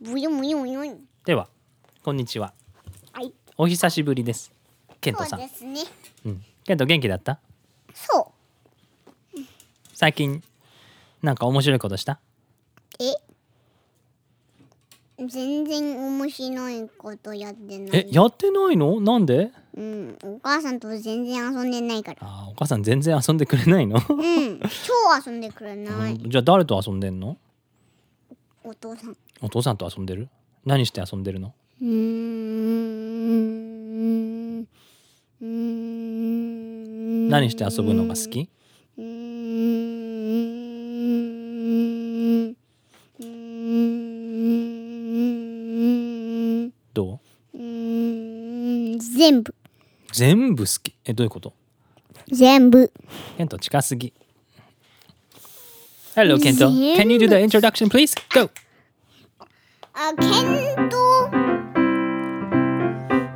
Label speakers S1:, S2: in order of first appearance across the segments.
S1: ブヨンブヨンブヨン
S2: ではこんにちは
S1: はい
S2: お久しぶりですケント
S1: そ
S2: さ
S1: うんですね
S2: うんケント元気だった
S1: そ
S2: 最近なんか面白いことした
S1: うえ全然面白いことやってない
S2: えやってないのなんで
S1: うんお母さんと全然遊んでないから
S2: あーお母さん全然遊んでくれないの、
S1: うん超遊んでくれない、
S2: うんじゃあ誰と遊んでんの
S1: お父さん
S2: お父さんと遊んでる何して遊んでるの
S1: うーんうーん
S2: 何して遊ぶのが好き
S1: うーんうーんう
S2: どう
S1: ーん全部
S2: 全部好きえどういうこと
S1: 全部
S2: ケント近すぎ Hello ケント
S1: 全部
S2: Can you do the introduction please? Go!
S1: あケント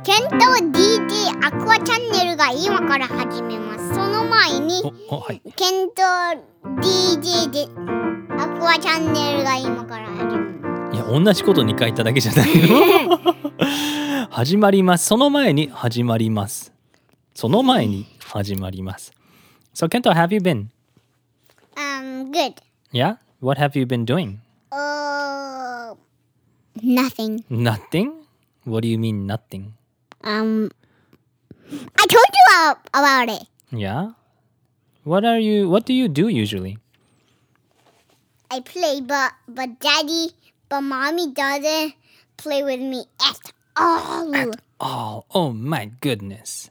S1: ケント DJ アクアチャンネルが今から始めますその前に
S2: おおはい
S1: ケント DJ でアクアチャンネルが今から始めます
S2: いや同じこと2回言っただけじゃないよ始まりますその前に始まりますその前に始まります So Kento have you been?
S1: Um good
S2: Yeah? What have you been doing?
S1: Uh, nothing.
S2: Nothing? What do you mean nothing?
S1: Um, I told you a- about it.
S2: Yeah? What are you what do you do usually?
S1: I play, but but daddy, but mommy doesn't play with me at all.
S2: Oh, oh my goodness.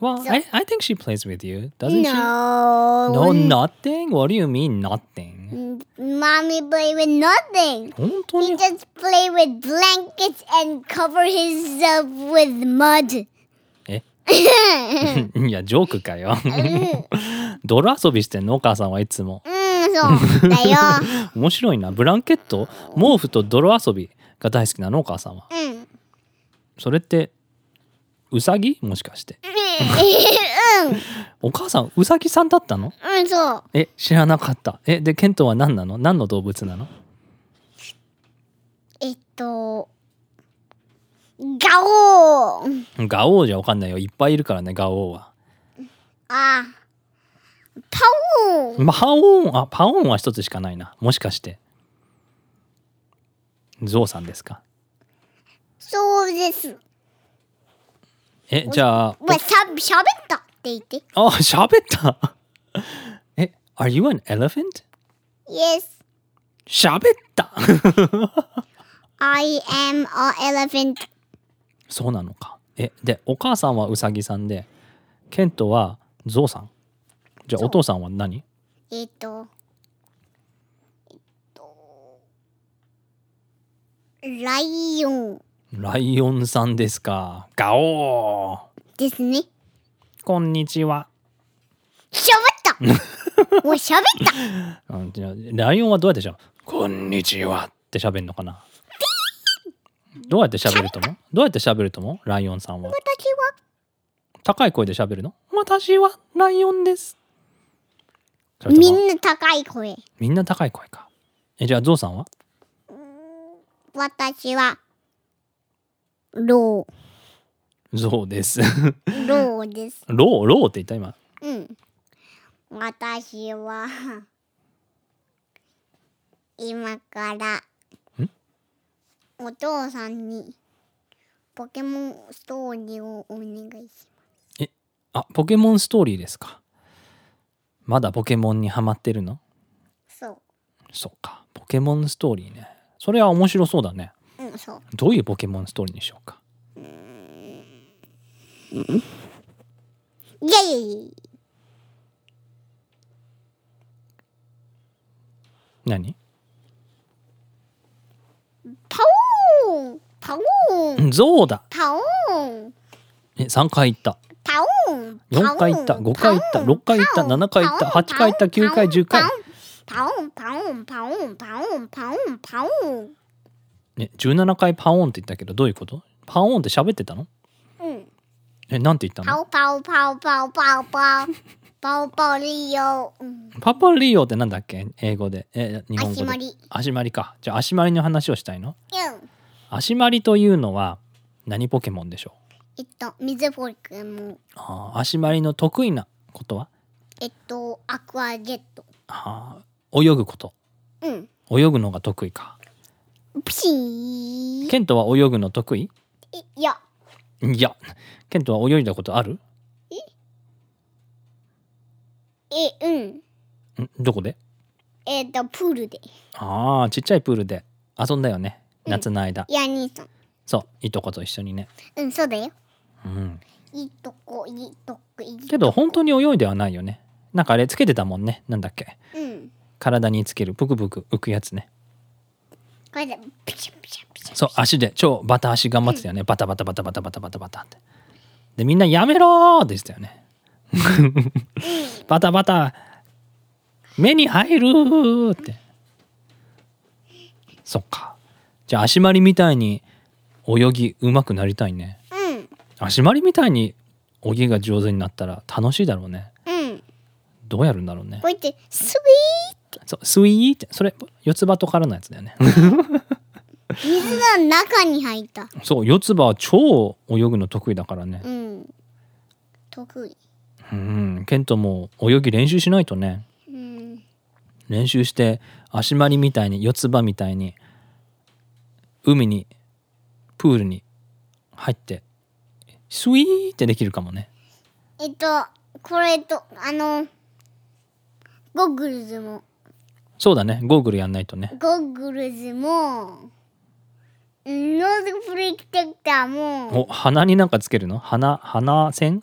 S2: Well, I, I think she plays with you, doesn't she? No,
S1: no.
S2: nothing? What do you mean nothing?
S1: Mommy play with nothing.
S2: 本当
S1: He
S2: に
S1: just play with blankets and cover himself with mud.
S2: えいや、ジョークかよ。泥遊びしてんのお母さんはいつも。
S1: Mm, うん、そうだよ。うん。
S2: 面白いな。ブランケット、毛布と泥遊びが大好きなのお母さんは。
S1: mm,
S2: それって、ウサギもしか
S1: mm,
S2: して。お母さん、ウサギさんだったの
S1: うん、うん、そう。
S2: え、知らなかった。え、で、ケントは何なの何の動物なの
S1: えっと、ガオー
S2: ガオウじゃわかんないよ。いっぱいいるからね、ガオウは。
S1: あ、パオー
S2: まあパオーン、あ、パオーンは一つしかないな。もしかして。ゾウさんですか。
S1: そうです。
S2: え、じゃあ、
S1: お前、しゃ、しゃべったって言って。
S2: あ、喋った。え、Are you an elephant?
S1: Yes,
S2: 喋った。
S1: I am a elephant.
S2: そうなのか。え、で、お母さんはウサギさんで、ケントはゾウさん。じゃあ、お父さんは何
S1: えっと、えっと、ライオン
S2: ライオンさんですか。ガオ
S1: で
S2: ー
S1: すね。
S2: こんにちは。
S1: しゃべったおい、しゃべった
S2: うん、じゃあライオンはどうやってしゃべこんにちはって喋るのかなどうやって喋ると思うどうやって喋ると思うライオンさんは。
S1: 私は
S2: 高い声で喋るの私はライオンです。それと
S1: み
S2: も
S1: んな高い声。
S2: みんな高い声か。え、じゃあゾウさんは
S1: 私は、ロ
S2: ゾウです。
S1: ー、ローです。
S2: ロウ、ロウって言った今。
S1: うん。私は、今から、お父さんに、ポケモンストーリーをお願いし
S2: あ、ポケモンストーリーですか。まだポケモンにハマってるの
S1: ます。そ
S2: そっか。ポケモンストーリーね。それは面白そうだね。
S1: う。うん、そう。
S2: どういうポケモンストーリーにしようか。
S1: イェイ
S2: 何
S1: パオーンパオーン
S2: ゾウだ
S1: パオーン
S2: え、3回言った。
S1: パオーン
S2: 4回言った。5回言った。6回言った。7回言った。8回言った。9回、10回。。
S1: パオーンパオーンパオーンパオーンパオーンパオーンパオーンパオーンパオーン
S2: ね、17回パオーンって言ったけど、どういうことパオーンって喋ってたの
S1: うん。
S2: え、なんて言ったの
S1: パオパオパオパオパオパオ。パオパオリオ。うん。
S2: パパリオってなんだっけ英語で。え、日本語で。
S1: 足まり。
S2: 足まりか。じゃあ足まりの話をしたいの
S1: うん
S2: 足まりというのは何ポケモンでしょう
S1: えっと、水ポケモン。
S2: あー足まりの得意なことは
S1: えっと、アクアゲット。
S2: あー泳ぐこと。
S1: うん。
S2: 泳ぐのが得意か。
S1: プシー。
S2: ケントは泳ぐの得意
S1: えいや、
S2: いや、ケントは泳いだことある
S1: え、うん。
S2: んどこで
S1: えっと、プールで。
S2: ああ、ちっちゃいプールで遊んだよね。夏の間。
S1: いや、兄さん。
S2: そう、いとこと一緒にね。
S1: うん、そうだよ。
S2: うん。
S1: いいとこ、いいとこ、いいとこ。
S2: けど本当に泳いではないよね。なんかあれつけてたもんね。なんだっけ
S1: うん。
S2: 体につけるぷくぷく浮くやつね。
S1: これで、ピシャピシャピシャ。
S2: そう、足で超バタ足頑張ってたよね。バタバタバタバタバタバタバタって。で、みんなやめろーでしたよね。バタバタ目に入るーって。そっか。じゃあ足回りみたいに泳ぎ上手くなりたいね。
S1: うん。
S2: 足回りみたいに泳ぎが上手になったら楽しいだろうね。
S1: うん。
S2: どうやるんだろうね
S1: こ。うやって、ス
S2: そうスイーって、それ四つ葉とからのやつだよね。
S1: イーッ水が中に入った。
S2: そう、四つ葉は超泳ぐの得意だからね。
S1: うん。得意。
S2: うん、ケントも泳ぎ練習しないとね
S1: うん。
S2: 練習して足回りみたいに四つ葉みたいに海にプールに入ってスイーってできるかもね
S1: えっと、これと、あの、ゴーグルズも、
S2: そうだねゴーグルやんないとね
S1: ゴーグルズも、うんノーズプレクテクターも、
S2: お鼻になんかつけるの鼻鼻線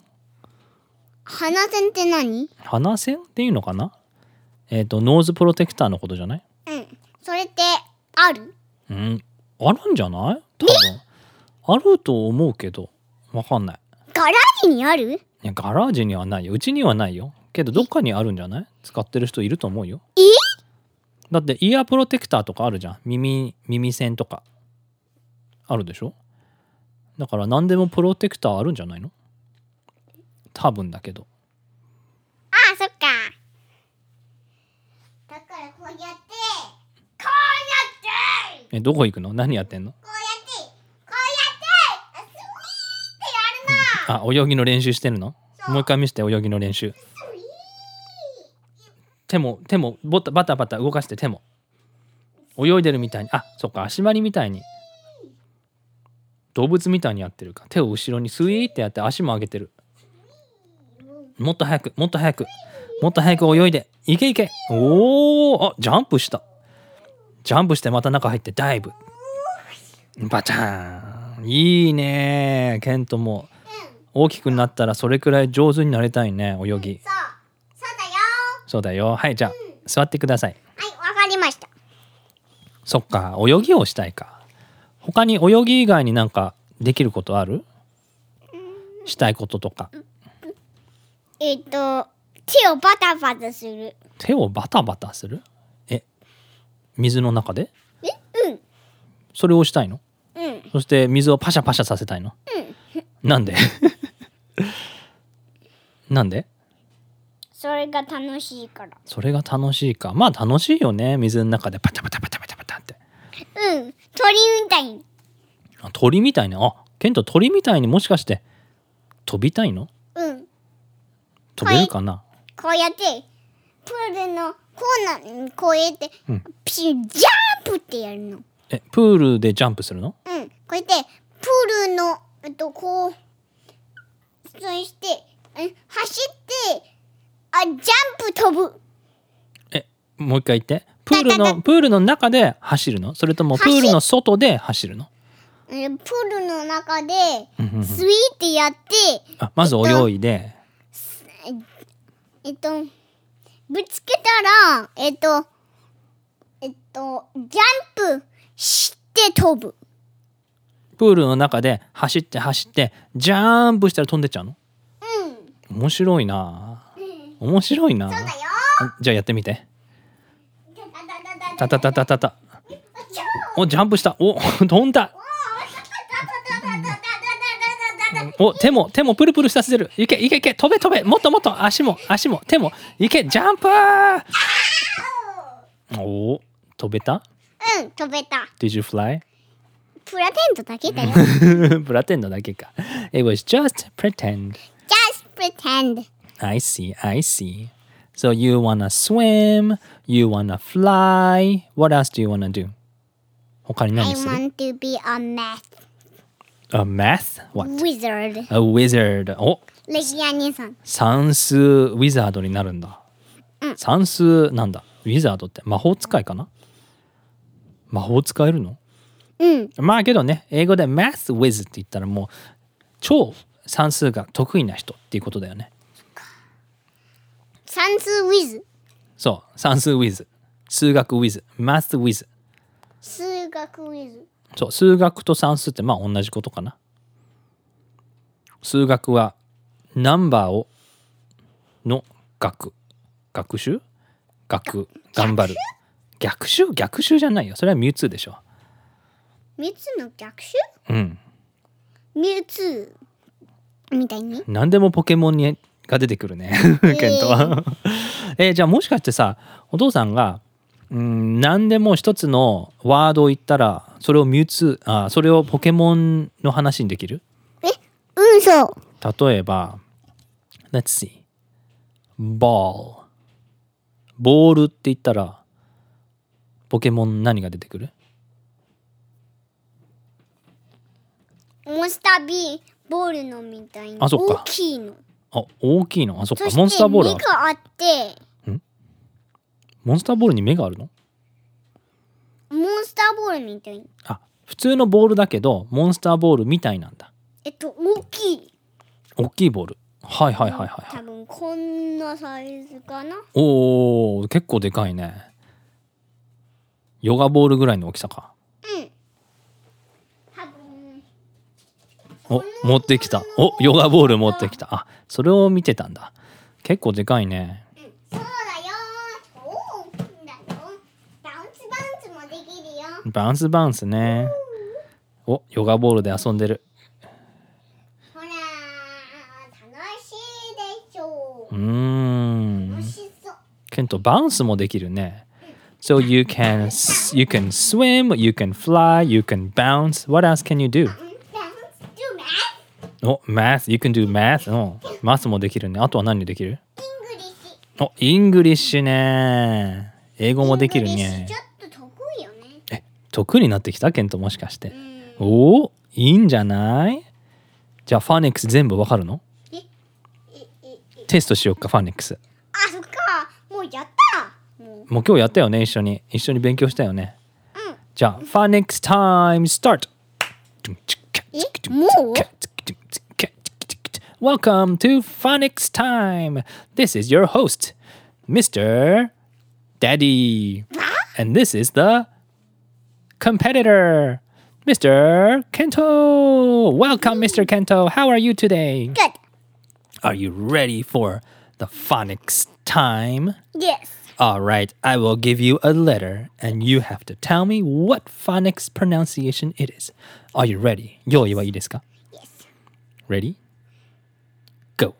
S1: 鼻線って何
S2: 鼻線っていうのかなえっ、とノーズプロテクターのことじゃない
S1: うん。それって、ある
S2: うんあるんじゃない多分あると思うけどわかんない
S1: ガラージにある
S2: いやガラージにはないようちにはないよけどどっかにあるんじゃない使ってる人いると思うよ
S1: え
S2: だってイヤープロテクターとかあるじゃん耳耳栓とかあるでしょだから何でもプロテクターあるんじゃないの多分だけど
S1: ああ、そっか。だからこうやって、こうやって、
S2: えどこ行くの何やってんの
S1: こうやって、こうやって、ス
S2: あ泳ぎの練習してるの
S1: そう
S2: もう一回見せて泳ぎの練習
S1: イーってやるな。スイー
S2: 手も手もボタバタバタ動かして手も泳いでるみたいにあそっか足回りみたいに動物みたいにやってるか手を後ろにスイーってやって足も上げてるもっと早くもっと早くもっと早く泳いでいけいけおおあジャンプしたジャンプしてまた中入ってダイブバチャーンいいねケントも大きくなったらそれくらい上手になりたいね泳ぎ
S1: そう、そうだよ
S2: そうだよはいじゃあ座ってください
S1: はい、わかりました。
S2: そっか泳ぎをしたいか他に泳ぎ以外になんかできることあるしたいこととか
S1: えっ、と、手をバタバタする。
S2: 手をバタバタするえ水の中で
S1: えうん、
S2: それをしたいの
S1: うん。
S2: そして水をパシャパシャさせたいの、なんでなんで
S1: それが楽しいから。
S2: それが楽しいかまあ楽しいよね水の中でパタパタパタパタパタって
S1: うん、鳥みたいに。
S2: あ鳥みたいなあケント鳥みたいにもしかして飛びたいの
S1: うん、
S2: 飛べるかな、
S1: こうやって、プールのコーナーにこうやって、
S2: うん
S1: ピシュジャンプってやるの。
S2: えプールでジャンプするの
S1: うん、こうやってプールのえっとこうそしてうん走ってあジャンプ飛ぶ
S2: えもう一回言ってプールのプールの中で走るのそれともプ
S1: 走
S2: ールの外で走るの
S1: うんプールの中で
S2: うんうんうん
S1: スイーってやって
S2: あまず泳いで
S1: えっとぶつけたらえっとえっとジャンプして飛ぶ
S2: プールの中で走って走ってジャンプしたら飛んでっちゃうの
S1: うん
S2: 面白いな面白いな
S1: そうだよ
S2: あじゃあやってみて
S1: タ
S2: た
S1: タ
S2: た
S1: タタタ
S2: たたたた
S1: チュー
S2: おジャンプしたお 飛んだ
S1: タタタタタタタタタタタタタ
S2: お手も手もプルプルさせてるいけいけいけ飛べ飛べもっともっと足も足も手もいけジャンプーおー飛べた
S1: うん、飛べた。
S2: Did you fly?
S1: プラテントだけだよ。
S2: プラテンドだけか It was just pretend
S1: Just pretend.
S2: I see, I see. So you wanna swim, you wanna fly. What else do you wanna do? 他に
S1: I
S2: 何する
S1: want to be a math
S2: ?A math? What?
S1: wizard.
S2: A wizard. お
S1: レギア兄さん。
S2: 算数ウィザードになるんだ。算数なんだ。ウィザードって魔法使いかな魔法使えるの
S1: うん。
S2: まあけどね、英語で math with って言ったらもう超算数が得意な人っていうことだよね。
S1: 算数 with
S2: そう、算数 with。数学 with。math with。
S1: 数学 with
S2: そう数学と算数ってまあ同じことかな数学はナンバーをの学学習学頑張る逆襲逆襲じゃないよそれはミュウツーでしょ
S1: ミュウツーの逆襲
S2: うん
S1: ミュウツーみたいに
S2: 何でもポケモンにが出てくるねケントはえーじゃあもしかしてさお父さんがうん何でも一つのワードを言ったらそれをミュウツーあそれをポケモンの話にできる
S1: えうんそう
S2: 例えば、Let's see. Ball. ボールって言ったら、ポケモン何が出てくる
S1: モンスター B ボールのみたいに
S2: あそっか
S1: 大きいの
S2: あ、大きいの。あ、そっ
S1: そ
S2: か。
S1: して
S2: モンスターボール
S1: 目
S2: ある。
S1: があって
S2: モンスターボールに目があるの
S1: モンスターボールみたいに
S2: あ、普通のボールだけど、モンスターボールみたいなんだ。
S1: えっと大きい
S2: 大きいボール。はいはいはいはい。
S1: 多分こんなサイズかな
S2: おお結構でかいね。ヨガボールぐらいの大きさか。
S1: 多分
S2: お持ってきたおヨガボール持ってきたあそれを見てたんだ結構でかいね
S1: そうだよおーだよバウンスバウンスもできるよ
S2: バウンスバウンスねおヨガボールで遊んでる
S1: ほら楽しいでしょ
S2: うー
S1: 楽
S2: ん
S1: しそう
S2: ケントバウンスもできるね So you can you can swim, you can fly, you can bounce. What else can you do?
S1: ダンスとマス
S2: お、math, you can do math. お、math もできるね。あとは何できる？
S1: イングリッシュ
S2: お、イングリッシュね。英語もできる
S1: イングリッシュ
S2: ね
S1: ち。ょっと得意よね
S2: え、得意になってきたケントもしかして
S1: う。ん
S2: おおいいんじゃないじゃあファネックス全部わかるの
S1: ええええ
S2: テストしよっかファネックス
S1: あそっかもうやったもう
S2: もう今日やったよね一緒に一緒に勉強したよね
S1: うん
S2: じゃあファネックスタイムスタート
S1: えもう
S2: Welcome to Phonics Time. This is your host, Mr. Daddy. And this is the competitor, Mr. Kento. Welcome, Mr. Kento. How are you today?
S1: good
S2: Are you ready for the phonics time?
S1: yes
S2: All right, I will give you a letter and you have to tell me what phonics pronunciation it is. Are you ready? 用意はいいですか
S1: yes
S2: Ready? Go.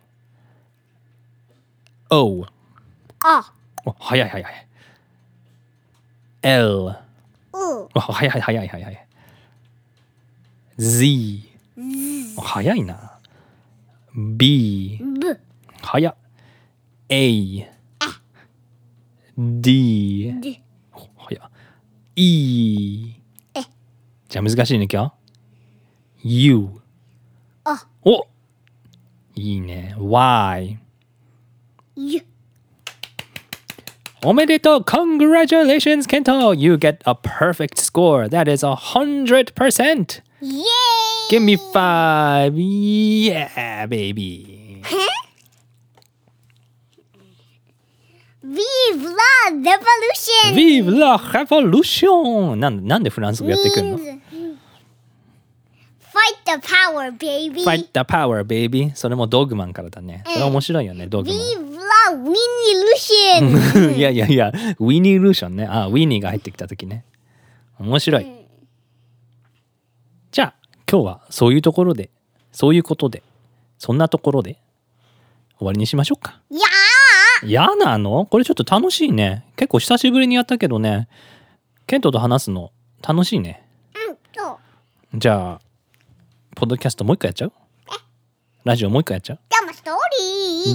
S2: O. Oh,
S1: あ
S2: お早い早い早い。L. Oh,
S1: う
S2: お早い早い早い早い。Z. Oh, お早いな。B. Ah.
S1: ぶ
S2: 早っ A D
S1: で
S2: お早っ E
S1: え
S2: じゃあ難しいね今日 U
S1: あ
S2: おいいね Y
S1: ゆ
S2: おめでとう Congratulations, Kento! You get a perfect score. That is a hundred percent.
S1: イエーイ
S2: Give me five. Yeah, baby.
S1: え Vive la revolution!
S2: Vive la revolution! なんなんでフランス語やってくるの
S1: Means- Fight the power, baby!
S2: Fight the power, baby. それもドッグマンからだね。それ面白いよね、ドッグ
S1: Vive la win illusion!
S2: マン。いやいやいや、ウィニー・ルーションね。あ、ウィニーが入ってきた時ね。面白い。じゃあ、今日はそういうところで、そういうことで、そんなところで終わりにしましょうか。
S1: いや
S2: 嫌なのこれちょっと楽しいね。結構久しぶりにやったけどね、ケントと話すの楽しいね。
S1: ーうんそう
S2: じゃあ、ポッドキャストもう一回やっちゃうラジオもう一回やっちゃう
S1: でもストー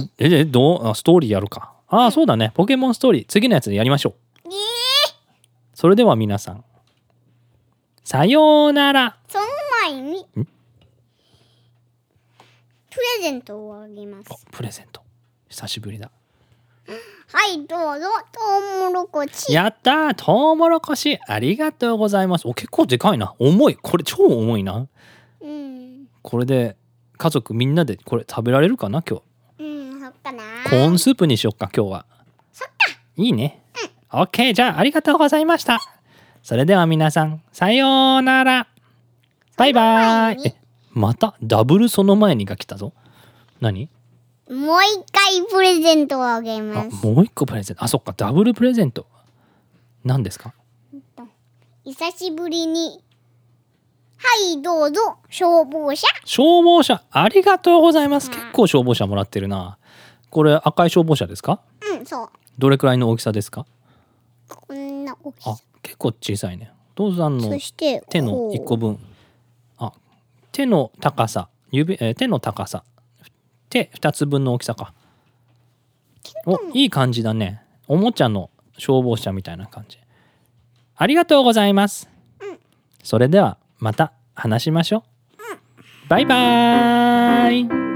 S1: リー
S2: え、え、どうあストーリーやるか。ああ、そうだね。ポケモンストーリー、次のやつでやりましょ
S1: え
S2: う。
S1: ー、
S2: それでは皆さん、さようなら。
S1: その前にプレゼントをあげます
S2: おプレゼント。久しぶりだ。
S1: はいどうぞトウモロコチ
S2: やったートウモロコシありがとうございます。お、結構でかいな。重い。これ超重いな。
S1: うん
S2: これで家族みんなでこれ食べられるかな今日。
S1: うんそっかな
S2: コーンスープにしよっか今日は。
S1: そっか
S2: いいね。オッケーじゃあありがとうございました。それでは皆さんさようなら。バイバ
S1: その前
S2: イ。
S1: に
S2: えまたダブルその前にが来たぞ。何？
S1: もう一回プレゼントをあげ
S2: あ
S1: ます
S2: もう一個プレゼント。あそっかダブルプレゼント。何ですか？
S1: 久しぶりにはいどうぞ消防車
S2: 消防車ありがとうございます。結構消防車もらってるな。これ赤い消防車ですか？
S1: うんそう
S2: どれくらいの大きさですか？
S1: こんな大き
S2: あ
S1: さ
S2: 結構小さいね。父さんの
S1: そして
S2: 手の
S1: こう
S2: 1個分あ手の高さ指、えー手の高さ手2つ分の大きさかおいい感じだねおもちゃの消防車みたいな感じありがとうございます、それではまた話しましょう、バイバーイ